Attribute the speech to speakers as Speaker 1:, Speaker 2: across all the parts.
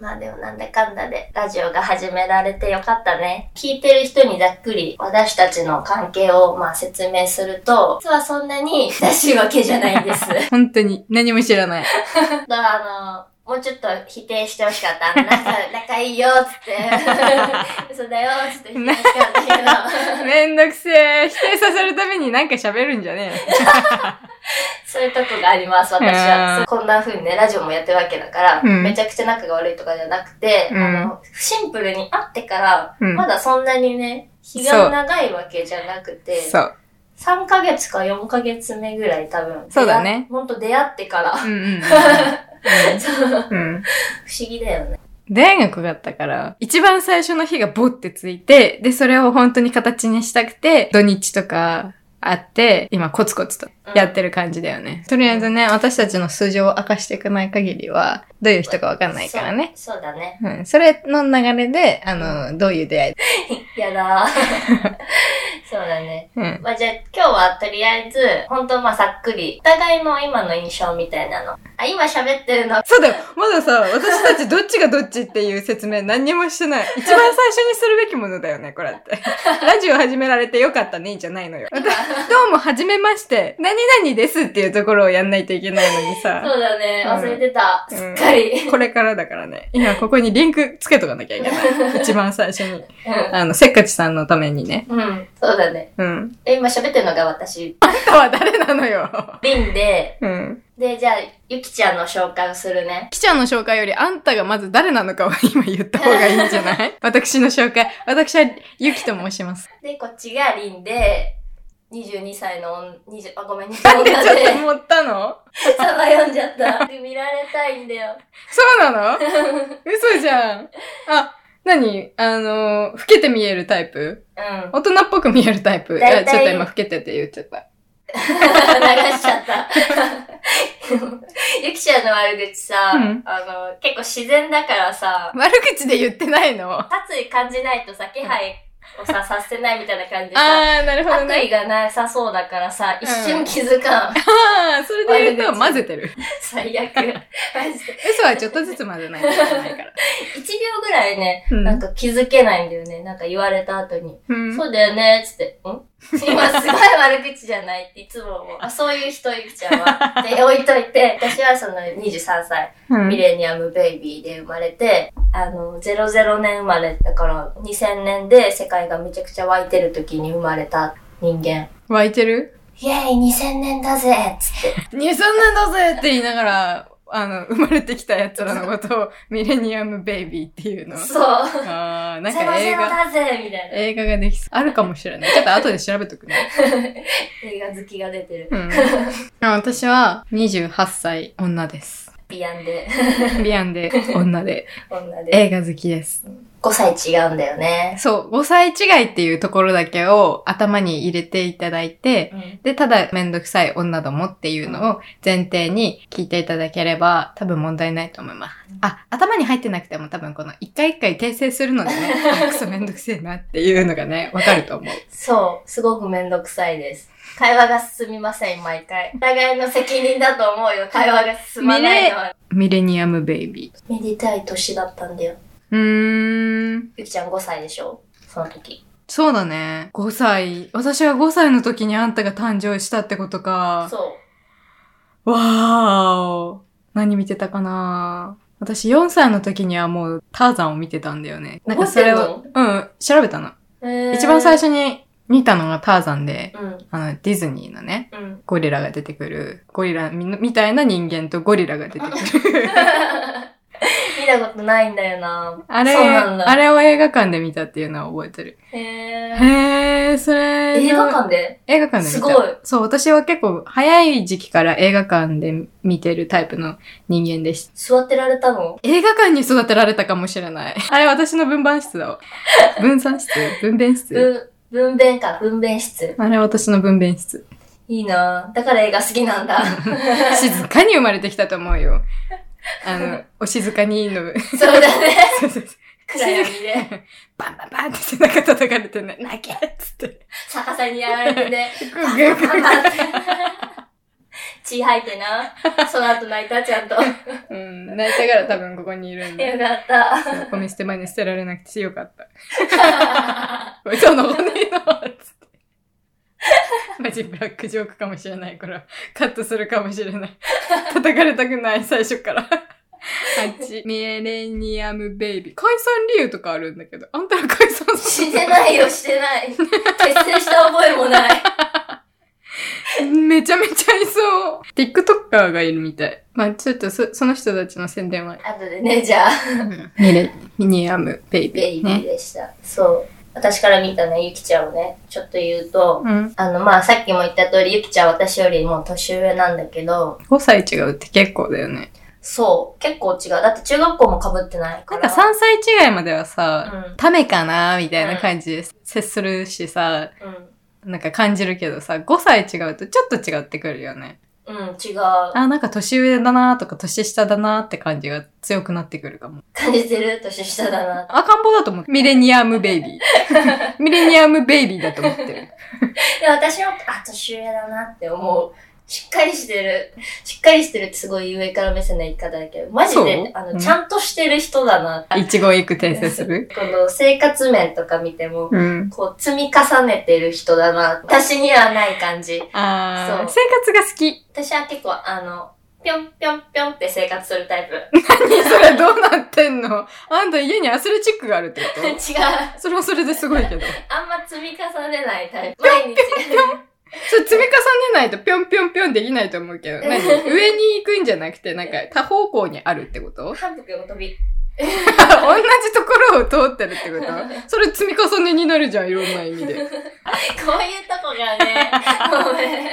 Speaker 1: まあでもなんだかんだでラジオが始められてよかったね。聞いてる人にざっくり私たちの関係をまあ説明すると、実はそんなに親しいわけじゃないん です。
Speaker 2: 本当に何も知 らない。
Speaker 1: だからあの、もうちょっと否定してほしかった。 仲、仲いいよ、つって。嘘だよ、つって否定してほしい けど。
Speaker 2: めんどくせえ。否定させるためになんか喋るんじゃね
Speaker 1: そういうとこがあります、私は。そうこんな風にね、ラジオもやってるわけだから、
Speaker 2: うん
Speaker 1: めちゃくちゃ仲が悪いとかじゃなくて、
Speaker 2: うん
Speaker 1: あの、シンプルに会ってから、
Speaker 2: うん
Speaker 1: まだそんなにね、日が長いわけじゃなく
Speaker 2: え。
Speaker 1: て、
Speaker 2: そう。
Speaker 1: 3ヶ月か4ヶ月目ぐらい多分。
Speaker 2: そうだね
Speaker 1: 出会。ほんと出会ってから。
Speaker 2: うんうんうん。
Speaker 1: そう
Speaker 2: うんうん
Speaker 1: 不思議だよね。
Speaker 2: 大学だったから、一番最初の日がボってついて、で、それを本当に形にしたくて、土日とかあって、今コツコツとやってる感じだよね。とりあえずね、私たちの素性を明かしていかない限りは、どういう人かわかんないからね。
Speaker 1: そう。そうだね。
Speaker 2: うん。それの流れで、あの、どういう出会い
Speaker 1: やだー。 そうだね。
Speaker 2: うん。
Speaker 1: まあ、じゃあ今日はとりあえず、本当まあさっくり、お互いの今の印象みたいなの。あ、今喋ってるの
Speaker 2: そうだよまださ、私たちどっちがどっちっていう説明何にもしてない。一番最初にするべきものだよね、これ って。ラジオ始められてよかったね、じゃないのよ。私どうも、はじめまして。何々ですっていうところをやんないといけないのにさ。
Speaker 1: そうだね。
Speaker 2: うん
Speaker 1: 忘れてた。
Speaker 2: うん
Speaker 1: すっかり。
Speaker 2: これからだからね。今ここにリンクつけとかなきゃいけ ない。一番最初に。
Speaker 1: う
Speaker 2: あの、せっかちさんのためにね。
Speaker 1: ん。うん。そうだね。
Speaker 2: うん。
Speaker 1: え今喋ってるのが私、
Speaker 2: あんたは誰なのよ。
Speaker 1: リンで、
Speaker 2: うん。
Speaker 1: で、じゃあ、ゆきちゃんの紹介をするね。
Speaker 2: きちゃんの紹介より、あんたがまず誰なのかを今言った方がいいんじゃない 私の紹介。私は、ゆきと申します。
Speaker 1: で、こっちがリンで、22歳の女、20、あ、ごめん、22
Speaker 2: な
Speaker 1: 歳
Speaker 2: ん でち
Speaker 1: の
Speaker 2: ょっ
Speaker 1: 女
Speaker 2: と
Speaker 1: で、
Speaker 2: 思ったの
Speaker 1: さば読んじゃ った。で見られたいんだよ。
Speaker 2: そ うなの嘘じゃん。あ、何あの、老けて見えるタイプ
Speaker 1: うん。
Speaker 2: 大人っぽく見えるタイプ。い
Speaker 1: 大体
Speaker 2: や、ちょっと今、老けてて言っちゃった。
Speaker 1: 流しちゃった。 ゆきちゃんの悪口さ、
Speaker 2: うん
Speaker 1: あの、結構自然だからさ、
Speaker 2: 悪口で言ってないの。あ
Speaker 1: 殺意感じないとさ、気配を さ、させないみたいな感じでさ、
Speaker 2: ー、なるほど
Speaker 1: 悪意
Speaker 2: ね。
Speaker 1: がなさそうだからさ、
Speaker 2: うん
Speaker 1: 一瞬気づかん。
Speaker 2: あー、それで言
Speaker 1: 悪
Speaker 2: うと
Speaker 1: 口
Speaker 2: 混ぜてる。
Speaker 1: 最悪。マジで。
Speaker 2: 嘘はちょっとずつ混ぜないといけない から。
Speaker 1: 1秒ぐらいね、
Speaker 2: うん
Speaker 1: なんか気づけないんだよね。なんか言われた後に。
Speaker 2: うん
Speaker 1: そうだよね、つって。ん今すごい悪口じゃないっていつも 思う。あ、そういう人、ゆきちゃんは。で、置いといて、 私はその23歳、
Speaker 2: うん
Speaker 1: ミレニアムベイビーで生まれて、あの、00年生まれだから、2000年で世界がめちゃくちゃ湧いてる時に生まれた人間。
Speaker 2: 湧いてる
Speaker 1: イェイ、2000年だぜつって。
Speaker 2: ?2000 年だぜって言いながら、あの、生まれてきた奴らのこと をミレニアムベイビーっていう の。
Speaker 1: そう。
Speaker 2: あー、なん
Speaker 1: ゼロ
Speaker 2: か
Speaker 1: ゼ
Speaker 2: 映
Speaker 1: ロ
Speaker 2: 画、
Speaker 1: だぜみたいな。
Speaker 2: 映画ができそう。あるかもしれない。ちょっと後で調べとくね。
Speaker 1: 映画好きが出てる。
Speaker 2: うん。あ私は28歳女です。
Speaker 1: ビアン で
Speaker 2: ビアンで女で
Speaker 1: 女で。
Speaker 2: 映画好きです。
Speaker 1: 5歳違うんだよね。
Speaker 2: そう、5歳違いっていうところだけを頭に入れていただいて、
Speaker 1: うん。
Speaker 2: で、ただめんどくさい女どもっていうのを前提に聞いていただければ多分問題ないと思います。あ、頭に入ってなくても多分この一回一回訂正するので ね、あクソめんどくせえなっていうのがね、わかると思う。
Speaker 1: そう。すごくめんどくさいです。会話が進みません、毎回。お互いの責任だと思うよ、会話が進まないのは。
Speaker 2: ミレニアムベイビー。
Speaker 1: めでたい年だったんだよ。
Speaker 2: うーん。
Speaker 1: ゆきちゃん5歳でしょその時。
Speaker 2: そうだね。5歳。私が5歳の時にあんたが誕生したってことか。
Speaker 1: そ
Speaker 2: わーお。何見てたかな私4歳の時にはもうターザンを見てたんだよね。なんかそれを
Speaker 1: 覚、
Speaker 2: うん、調べたの。
Speaker 1: う。へー
Speaker 2: 一番最。初に見たのがターザンで、
Speaker 1: うん。
Speaker 2: あの、ディズニーのね、
Speaker 1: うん。
Speaker 2: ゴリラが出てくる、ゴリラみみたいな人間とゴリラが出て くる。
Speaker 1: 見たことないんだよな。
Speaker 2: あれ、
Speaker 1: そうなんだ。
Speaker 2: あれを映画館で見たっていうのは覚えてる。
Speaker 1: へー
Speaker 2: へー、それの。
Speaker 1: 映画館で
Speaker 2: 映画館で
Speaker 1: す
Speaker 2: 見た。
Speaker 1: ごい
Speaker 2: そう、私は結構早い時期から映画館で見てるタイプの人間でした。
Speaker 1: 座ってられたの
Speaker 2: 映画館に育てられたかもしれない。あれ私の分番室だわ。分散室分娩室
Speaker 1: ぶ分娩か、分娩室。
Speaker 2: あれ私の分娩室。
Speaker 1: いいなぁだから映画好きなん だ。
Speaker 2: 静かに生まれてきたと思うよ。あの、お静かに
Speaker 1: そ
Speaker 2: の、
Speaker 1: うだね。
Speaker 2: そうそうそう
Speaker 1: 暗闇で、
Speaker 2: バンバンバンって背中叩かれてね、泣けっつって。
Speaker 1: 逆さにやられてね。
Speaker 2: グーグーグ
Speaker 1: 頑
Speaker 2: ー
Speaker 1: 張って 血吐いてな。その後泣いた、ちゃんと。 よか
Speaker 2: うん。泣いたから多分ここにいるんで。
Speaker 1: った。
Speaker 2: そうゴミ捨て場に捨てられなくてよかった。こいつは登んねえのつって。マジブラックジョークかもしれない。これはカットするかもしれない。叩かれたくない、最初から。8、ミレニアムベイビー。解散理由とかあるんだけど。あんたら解散する
Speaker 1: してないよ、してない。結成した覚えもない。
Speaker 2: めちゃめちゃいそう。TikToker がいるみたい。まあちょっとそ、その人たちの宣伝は。
Speaker 1: 後でね、じゃあ、
Speaker 2: ミレニアムベイビー。
Speaker 1: ベイビー
Speaker 2: ね。
Speaker 1: でした。そう。私から見たね、ゆきちゃんをね、ちょっと言うと、
Speaker 2: うん。
Speaker 1: あの、まあ、さっきも言った通り、ゆきちゃんは私よりも年上なんだけど、
Speaker 2: 5歳違うって結構だよね。
Speaker 1: そう、結構違う。だって中学校も被ってないか
Speaker 2: なん
Speaker 1: ら。
Speaker 2: か3歳違いまではさ、
Speaker 1: うん
Speaker 2: ためかなみたいな感じで接するしさ、なんか感じるけどさ、5歳違うとちょっと違ってくるよね。
Speaker 1: うん、うん、違う。
Speaker 2: あ、なんか年上だなとか年下だなって感じが強くなってくるかも。
Speaker 1: 感じてる年下だな。
Speaker 2: 赤ん坊だと 思う。ミレニアムベイビ ー。ミレニアムベイビーだと思ってる。
Speaker 1: で、私も、あ、年上だなって思う。しっかりしてる。しっかりしてるってすごい上から目線の言い方だけど、マジ
Speaker 2: そう
Speaker 1: で、あの、
Speaker 2: うん
Speaker 1: ちゃんとしてる人だなって。
Speaker 2: 一語一句訂正する。
Speaker 1: この生活面とか見ても、
Speaker 2: うん。
Speaker 1: こう、積み重ねてる人だな。私にはない感じ。
Speaker 2: あ
Speaker 1: そ
Speaker 2: ー、
Speaker 1: う
Speaker 2: 生活が好き。
Speaker 1: 私は結構、あの、ぴょんぴょんぴょんって生活するタイ プ。
Speaker 2: それどうなってんのあんた家にアスレチックがあるってこ
Speaker 1: 違う。
Speaker 2: とそれはそれですごいけど。
Speaker 1: あんま積み重ねないタイプ。毎日。
Speaker 2: それ積み重ねないとぴょんぴょんぴょんできないと思う けど、何上に行くんじゃなくて、なんか多方向にあるって こと
Speaker 1: 反復の飛び。
Speaker 2: 同じところを通ってるってこと それ積み重ねになるじゃん、いろんな意味
Speaker 1: こう
Speaker 2: で。
Speaker 1: いうとこがね、ごめん。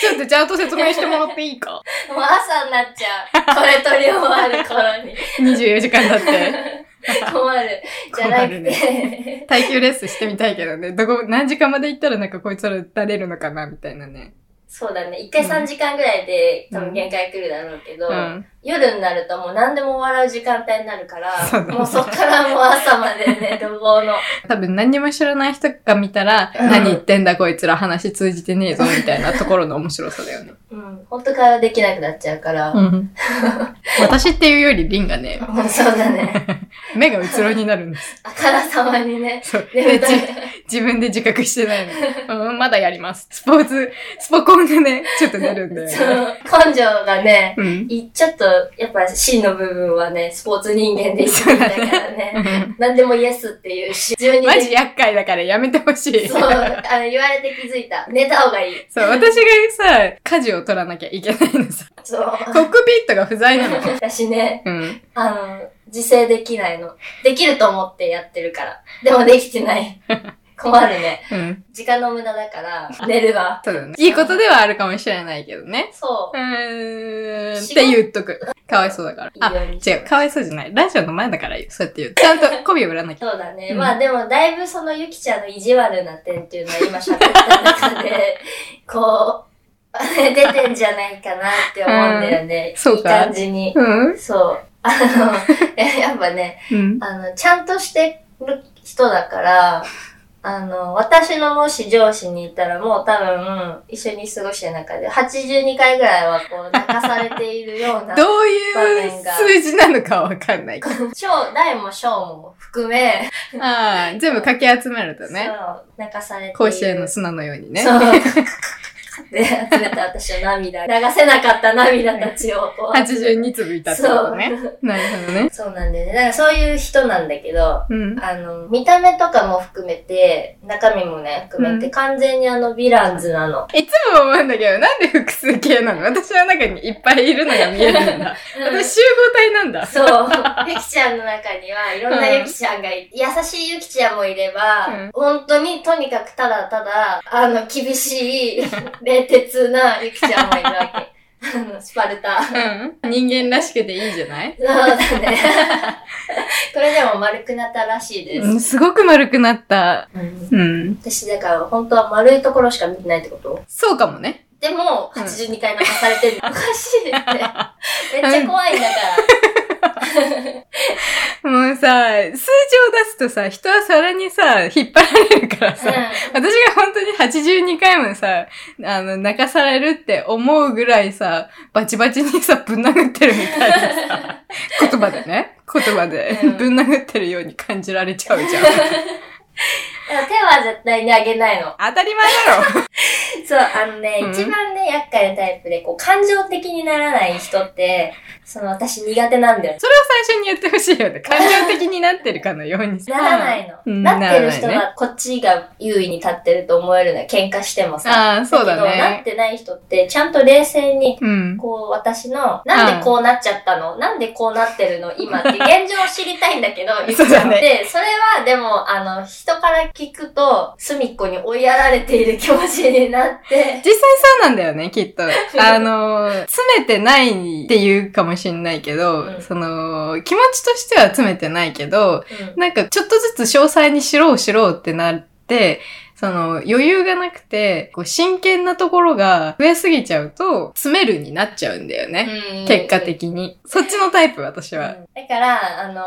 Speaker 2: ちょっとちゃんと説明してもらっていいか
Speaker 1: もう朝になっちゃう。これ取り終わる頃に。
Speaker 2: ?24 時間だ って。
Speaker 1: 困る。じゃなく
Speaker 2: 困る
Speaker 1: て。
Speaker 2: 耐久レッスンしてみたいけどね。どこ、何時間まで行ったらなんかこいつら打れるのかな、みたいなね。
Speaker 1: そうだね。一回3時間ぐらいで、
Speaker 2: うん
Speaker 1: 多分限界来るだろうけど、
Speaker 2: うん。
Speaker 1: 夜になるともう何でも笑う時間帯になるから、
Speaker 2: そうだね
Speaker 1: もうそっからもう朝まで ね、怒号の。
Speaker 2: 多分何にも知らない人が見たら、
Speaker 1: うん
Speaker 2: 何言ってんだこいつら話通じてねえぞ、みたいなところの面白さだよね。
Speaker 1: うん。本当会話できなくなっちゃうから。
Speaker 2: うん。私っていうよりリン がね、
Speaker 1: もうそうだね。
Speaker 2: 目がうつろになるんです。
Speaker 1: あからさまにね。
Speaker 2: そう。
Speaker 1: 眠
Speaker 2: で、
Speaker 1: た
Speaker 2: じ
Speaker 1: い。
Speaker 2: 自分で自覚して ないの。うん、まだやります。スポーツ、スポコンがね、ちょっと出るん だ
Speaker 1: そ
Speaker 2: よね。
Speaker 1: う。根性がね、
Speaker 2: うん。
Speaker 1: いちょっと、やっぱ芯の部分はね、スポーツ人間でいくんだからね。何でもイエスっていうし、自分に
Speaker 2: マジ厄介だからやめてほし い。
Speaker 1: そう、あの、言われて気づいた。寝た方がいい。
Speaker 2: そう、私がさ、舵を取らなきゃいけないのさ。
Speaker 1: そう。
Speaker 2: コックピットが不在なの。
Speaker 1: 私ね、
Speaker 2: うん。
Speaker 1: あの、自制できないの。できると思ってやってるから。でもできてない。困るね。
Speaker 2: うん。
Speaker 1: 時間の無駄だから、寝るわ。
Speaker 2: そうだね。いいことではあるかもしれないけどね。
Speaker 1: そうう。
Speaker 2: ーん。って言っとく。かわいそうだから。あ、
Speaker 1: いいように
Speaker 2: 違う。かわいそうじゃない。ラジオの前だから言うそうやって言う。ちゃんと媚びを売らなき ゃ。
Speaker 1: そうだね。
Speaker 2: うん
Speaker 1: まあでも、だいぶそのゆきちゃんの意地悪な点っていうのは今喋った中 で、こう、出てんじゃないかなって思うんだよね。
Speaker 2: うんそうか
Speaker 1: いい感じに。
Speaker 2: うん。
Speaker 1: そう。あの、やっぱね、
Speaker 2: うん。
Speaker 1: あの、ちゃんとしてる人だから、あの、私のもし上司にいたらもう多分、一緒に過ごしてる中で、82回ぐらいはこう、泣かされているような、
Speaker 2: どういう数字なのかわかんないけど。
Speaker 1: 小、大も小も含め、
Speaker 2: ああ、全部かき集めると
Speaker 1: そ
Speaker 2: ね。
Speaker 1: う、泣かされている。
Speaker 2: 甲子園の砂のようにね。
Speaker 1: そう。で、集めた私の涙、流せなかった涙たちをこう。
Speaker 2: 82粒いたってことね。なるほどね。
Speaker 1: そうなんだよね。だからそういう人なんだけど、
Speaker 2: うん。
Speaker 1: あの、見た目とかも含めて、中身もね、含めて、
Speaker 2: うん
Speaker 1: 完全にあの、ヴィランズなの。
Speaker 2: いつも思うんだけど、なんで複数形なの私の中にいっぱいいるのが見えるん だ。私集合体なんだ。
Speaker 1: そう。ゆきちゃんの中には、いろんなゆきちゃんがい、優しいゆきちゃんもいれば、
Speaker 2: うん
Speaker 1: 本当にとにかくただただ、あの、厳しい、冷徹なゆきちゃんもいるわけ。 あの、スパルタ。そう
Speaker 2: うん。人間らしくていいじゃない
Speaker 1: だね。これでも丸くなったらしいです。
Speaker 2: うん、すごく丸くなった。
Speaker 1: うん
Speaker 2: うん。
Speaker 1: 私、だから、本当は丸いところしか見てないってこと
Speaker 2: そうかもね。
Speaker 1: でも、
Speaker 2: うん
Speaker 1: 82回泣かされてる。おか しいって。めっちゃ怖いんだから。
Speaker 2: もうさ、さ、数字を出すとさ、人は皿にさ、引っ張られるからさ、私が本当に82回もさ、あの、泣かされるって思うぐらいさ、バチバチにさ、ぶん殴ってるみたい なさ、言葉でね、言葉で
Speaker 1: うん
Speaker 2: ぶん殴ってるように感じられちゃうじゃん。
Speaker 1: でも手は絶対にあげないの。
Speaker 2: 当たり前だろ
Speaker 1: そう、あのね、
Speaker 2: うん
Speaker 1: 一番ね、厄介なタイプで、こう、感情的にならない人って、その、私苦手なんだよ。
Speaker 2: それを最初に言ってほしいよね。感情的になってるかのようにさ。
Speaker 1: ならないの。
Speaker 2: うん
Speaker 1: なってる人
Speaker 2: ならない
Speaker 1: は、こっちが優位に立ってると思えるのよ。喧嘩してもさ。
Speaker 2: ああ、そうだ
Speaker 1: けどなっ
Speaker 2: ね。
Speaker 1: てない人って、ちゃんと冷静に、
Speaker 2: うん。
Speaker 1: こう、私の、なんでこうなっちゃったの、なんでこうなってるの今 って、現状を知りたいんだけど、言っち
Speaker 2: そうだ
Speaker 1: ゃう。
Speaker 2: ね
Speaker 1: で、それは、でも、あの、人から聞くと、隅っこに追いやられている気持ちにな って、
Speaker 2: 実際そうなんだよね、き っと。あの、詰めてないって言うかもしんないけど、
Speaker 1: うん
Speaker 2: その、気持ちとしては詰めてないけ
Speaker 1: う
Speaker 2: ど、
Speaker 1: ん
Speaker 2: なんかちょっとずつ詳細にしろうしろうってなって、その余裕がなくて、こう真剣なところが増えすぎちゃうと、詰めるになっちゃうんだよね。結果的に。そっちのタイプ、私は。
Speaker 1: うんだから、あ の、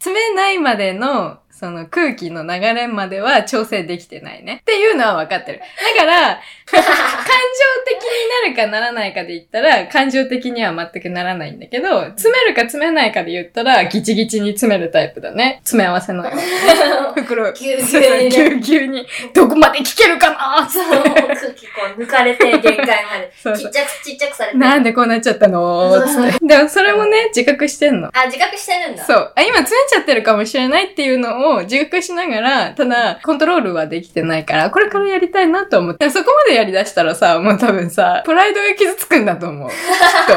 Speaker 2: 詰めないまでの、その空気の流れまでは調整できてないね。っていうのは分かってる。だから、感情的になるかならないかで言ったら、感情的には全くならないんだけど、詰めるか詰めないかで言ったら、ギチギチに詰めるタイプだね。詰め合わせの。袋。
Speaker 1: ぎゅうぎゅうにね
Speaker 2: ぎゅうぎゅうに。どこまで聞けるかな
Speaker 1: その空気こう抜かれて限界
Speaker 2: そ
Speaker 1: ま
Speaker 2: う
Speaker 1: で。ち
Speaker 2: そう
Speaker 1: っちゃくちっちゃくされて。
Speaker 2: なんでこうなっちゃったのつって。でもそれもね、自覚してんの。
Speaker 1: あ、自覚してるんだ。
Speaker 2: そう。あ、今詰めちゃってるかもしれないっていうのを自覚しながら、ただ、コントロールはできてないから、これからやりたいなと思って、そこまでやり出したらさ、もう多分さ、プライドが傷つくんだと 思う。きっと。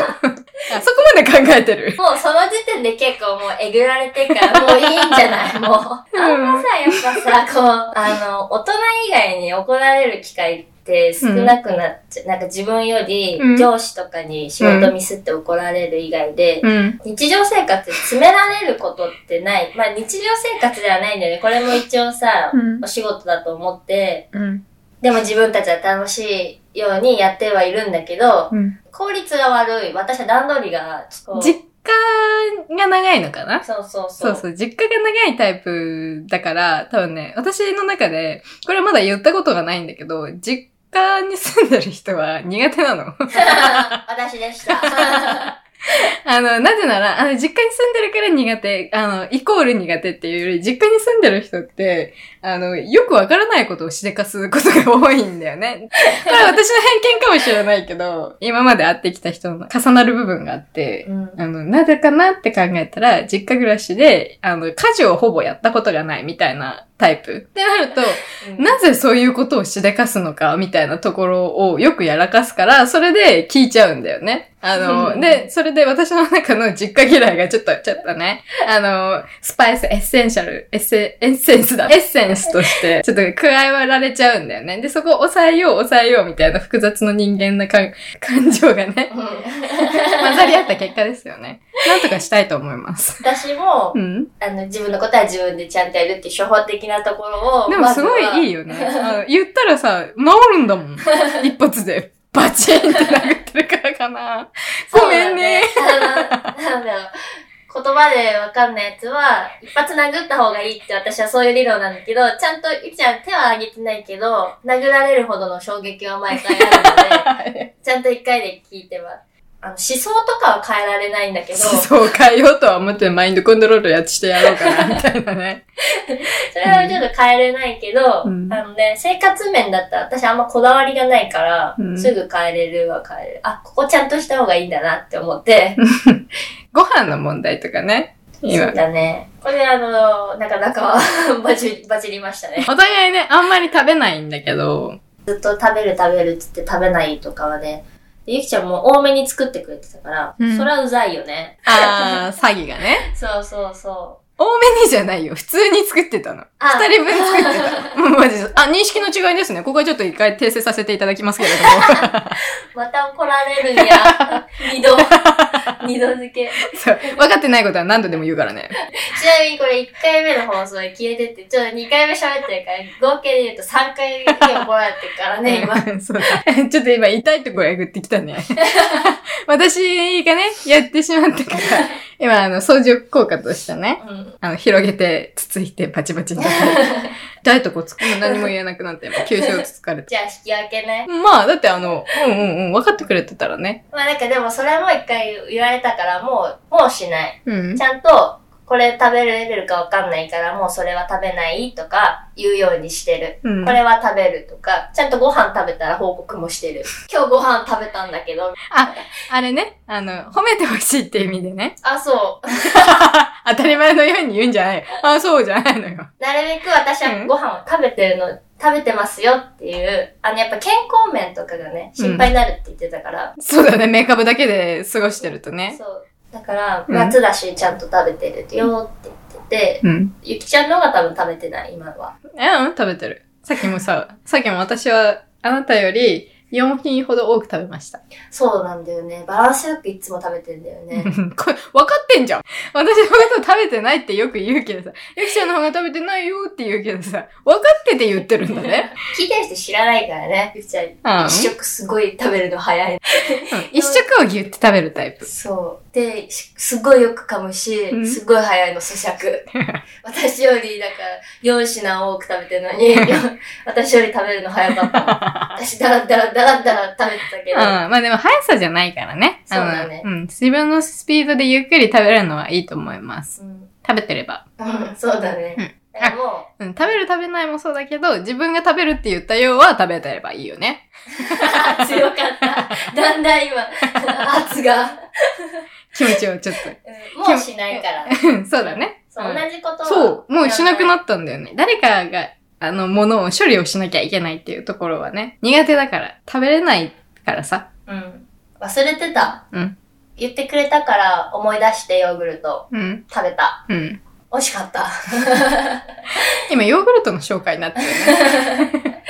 Speaker 2: あそこまで考えてる。
Speaker 1: もうその時点で結構もうえぐられてるから、もういいんじゃないもう。あんまさ、やっぱさ、こう、あの、大人以外に怒られる機会って少なくなっちゃう。なんか自分より
Speaker 2: うん
Speaker 1: 上司とかに仕事ミスって怒られる以外で、
Speaker 2: うん。
Speaker 1: 日常生活で詰められることってない。まあ日常生活ではないんだよね。これも一応さ、
Speaker 2: うん
Speaker 1: お仕事だと思って、
Speaker 2: うん。
Speaker 1: でも自分たちは楽しいようにやってはいるんだけど、
Speaker 2: うん。
Speaker 1: 効率が悪い。私は段取りが、こう
Speaker 2: 実家が長いのかな
Speaker 1: そうそうそ。
Speaker 2: そうう そう、実家が長いタイプだから、多分ね、私の中で、これまだ言ったことがないんだけど、実家に住んでる人は苦手なの。
Speaker 1: 私でした。
Speaker 2: あの、なぜなら、あの、実家に住んでるから苦手、あの、イコール苦手っていうより、実家に住んでる人って、あの、よくわからないことをしでかすことが多いんだよね。これは私の偏見かもしれないけど、今まで会ってきた人の重なる部分があって、
Speaker 1: うん
Speaker 2: あの、なぜかなって考えたら、実家暮らしで、あの、家事をほぼやったことがないみたいなタイプ。ってなると、なぜそういうことをしでかすのかみたいなところをよくやらかすから、それで聞いちゃうんだよね。あ
Speaker 1: う
Speaker 2: の、
Speaker 1: ん
Speaker 2: で、それで私の中の実家嫌いがちょっと、ちょっとね、あの、スパイス、エッセンシャル、エッセ、エッセンスだ。エッセンスとして、ちょっと加えられちゃうんだよね。で、そこを抑えよう、抑えようみたいな複雑の人間な感感情が ね、
Speaker 1: うん
Speaker 2: 混ざり合った結果ですよね。なんとかしたいと思います。
Speaker 1: 私も、
Speaker 2: うん。
Speaker 1: あの、自分のことは自分でちゃんとやるっていう処方的なところを。
Speaker 2: でもすごいいい
Speaker 1: よ。
Speaker 2: よね。あの言ったらさ、治るんだ もん。一発で。バチンって殴ってるからかな。ご
Speaker 1: そう
Speaker 2: め
Speaker 1: だ
Speaker 2: んね。。
Speaker 1: あのなんだろう。言葉でわかんないやつは、一発殴った方がいいって私はそういう理論なんだけど、ちゃんと、いちゃん手は上げてないけど、殴られるほどの衝撃は毎回 あるので、ちゃんと一回で聞いてます。あの、思想とかは変えられないんだけど、
Speaker 2: そうそう変えようとは思ってマインドコントロールやっしてやろうかな、みたいなね。
Speaker 1: それはちょっと変えれないけど、
Speaker 2: うん
Speaker 1: あのね、生活面だったら私あんまこだわりがないから、
Speaker 2: うん
Speaker 1: すぐ変えれるは変えれる。あ、ここちゃんとした方がいいんだなって思って、
Speaker 2: ご飯の問題とかね。
Speaker 1: そ
Speaker 2: 今
Speaker 1: う。だね。これあの、なかなか バチ、バチりましたね。
Speaker 2: お互いね、あんまり食べないんだけど、
Speaker 1: ずっと食べる食べるっつって食べないとかはね、でゆきちゃんも多めに作ってくれてたから、
Speaker 2: うん
Speaker 1: それはうざいよね。
Speaker 2: あー、詐欺がね。
Speaker 1: そうそうそう。
Speaker 2: 多めにじゃないよ。普通に作ってたの。
Speaker 1: あ
Speaker 2: 二人分作ってた。も うマジであ、認識の違いですね。ここはちょっと一回訂正させていただきますけれども。
Speaker 1: また怒られるんや。 二度。二度付け。
Speaker 2: そう。分かってないことは何度でも言うからね。
Speaker 1: ちなみにこれ1回目の放送で消えてって、ちょっと2回目喋ってるから、合計で言うと3回怒られてるからね、今。
Speaker 2: そうだ。ちょっと今痛いところえぐってきたね。 私がね、やってしまったから、今あの、相乗効果としてね、
Speaker 1: うんうん
Speaker 2: あの、広げて、つついて、バチバチに叩いて。 痛いとこつくもう何も言えなくなって、 今、急所をつつかれて。
Speaker 1: じゃあ引き分けね。
Speaker 2: まあ、だってあの、うんうんうん、分かってくれてたらね。
Speaker 1: まあなんかでもそれはもう一回言われたからもう、もうしない。
Speaker 2: うん
Speaker 1: ち。ゃんと、これ食べれるかわかんないからもうそれは食べないとか言うようにしてる。
Speaker 2: うん
Speaker 1: これは食べるとか、ちゃんとご飯食べたら報告もしてる。 今日ご飯食べたんだけど。
Speaker 2: あ、あれね、あの、褒めてほしいって意味でね。
Speaker 1: あ、そう。
Speaker 2: 当たり前のように言うんじゃないよ。あ、そうじゃないのよ。
Speaker 1: なるべく私はご飯を食べてるの、食べてますよっていう、あのやっぱ健康面とかがね、心配になるって言ってたから。
Speaker 2: そうだね、メイクアップだけで過ごしてるとね。
Speaker 1: そう。だから、
Speaker 2: うん
Speaker 1: 夏だしちゃんと食べてるよって言ってて、
Speaker 2: うん。
Speaker 1: ゆきちゃんの方が多分食べてない、今は。
Speaker 2: え、うん、食べてる。さっきもさ、さっきも私はあなたより4品ほど多く食べました。
Speaker 1: そうなんだよね。バランスよくいつも食べてんだよね。
Speaker 2: これ、分かってんじゃん。私のこと食べてないってよく言うけどさ、ゆきちゃんの方が食べてないよって言うけどさ、分かってて言ってるんだね。
Speaker 1: 聞いてる人知らないからね、ゆきちゃん。
Speaker 2: うん。
Speaker 1: 一食すごい食べるの早い。
Speaker 2: うん一食をぎゅって食べるタイプ。
Speaker 1: そう。で、しすごいよく噛むし
Speaker 2: う、ん
Speaker 1: すごい早いの、 咀嚼。私より、だから、4品多く食べてるの に、私より食べるの早かった。私、だらだらだらだら食べてたけ
Speaker 2: うん。
Speaker 1: ど、
Speaker 2: まあでも速さじゃないからね。あの
Speaker 1: そうだね
Speaker 2: うん。自分のスピードでゆっくり食べるのはいいと思います。
Speaker 1: うん
Speaker 2: 食べてれば。
Speaker 1: うんそうだね。
Speaker 2: うん
Speaker 1: でもう、
Speaker 2: うん、食べる食べないもそうだけど、自分が食べるって言ったようは食べてればいいよね。
Speaker 1: 強か った。だんだん今、圧が。
Speaker 2: 気持ちをちょっ
Speaker 1: もうしないから。
Speaker 2: と。うん そうだね。
Speaker 1: そう、
Speaker 2: ん
Speaker 1: 同じことは
Speaker 2: そう、もうしなく
Speaker 1: や
Speaker 2: なったんだよね。誰かが、あの、ものを処理をしなきゃいけないっていうところはね、苦手だから、食べれないからさ。
Speaker 1: らない。うん。忘れてた。
Speaker 2: うん。
Speaker 1: 言ってくれたから思い出してヨーグルト
Speaker 2: うん。
Speaker 1: 食べた。
Speaker 2: うん。
Speaker 1: 美味しかった。
Speaker 2: 今、ヨーグルトの紹介になってるね。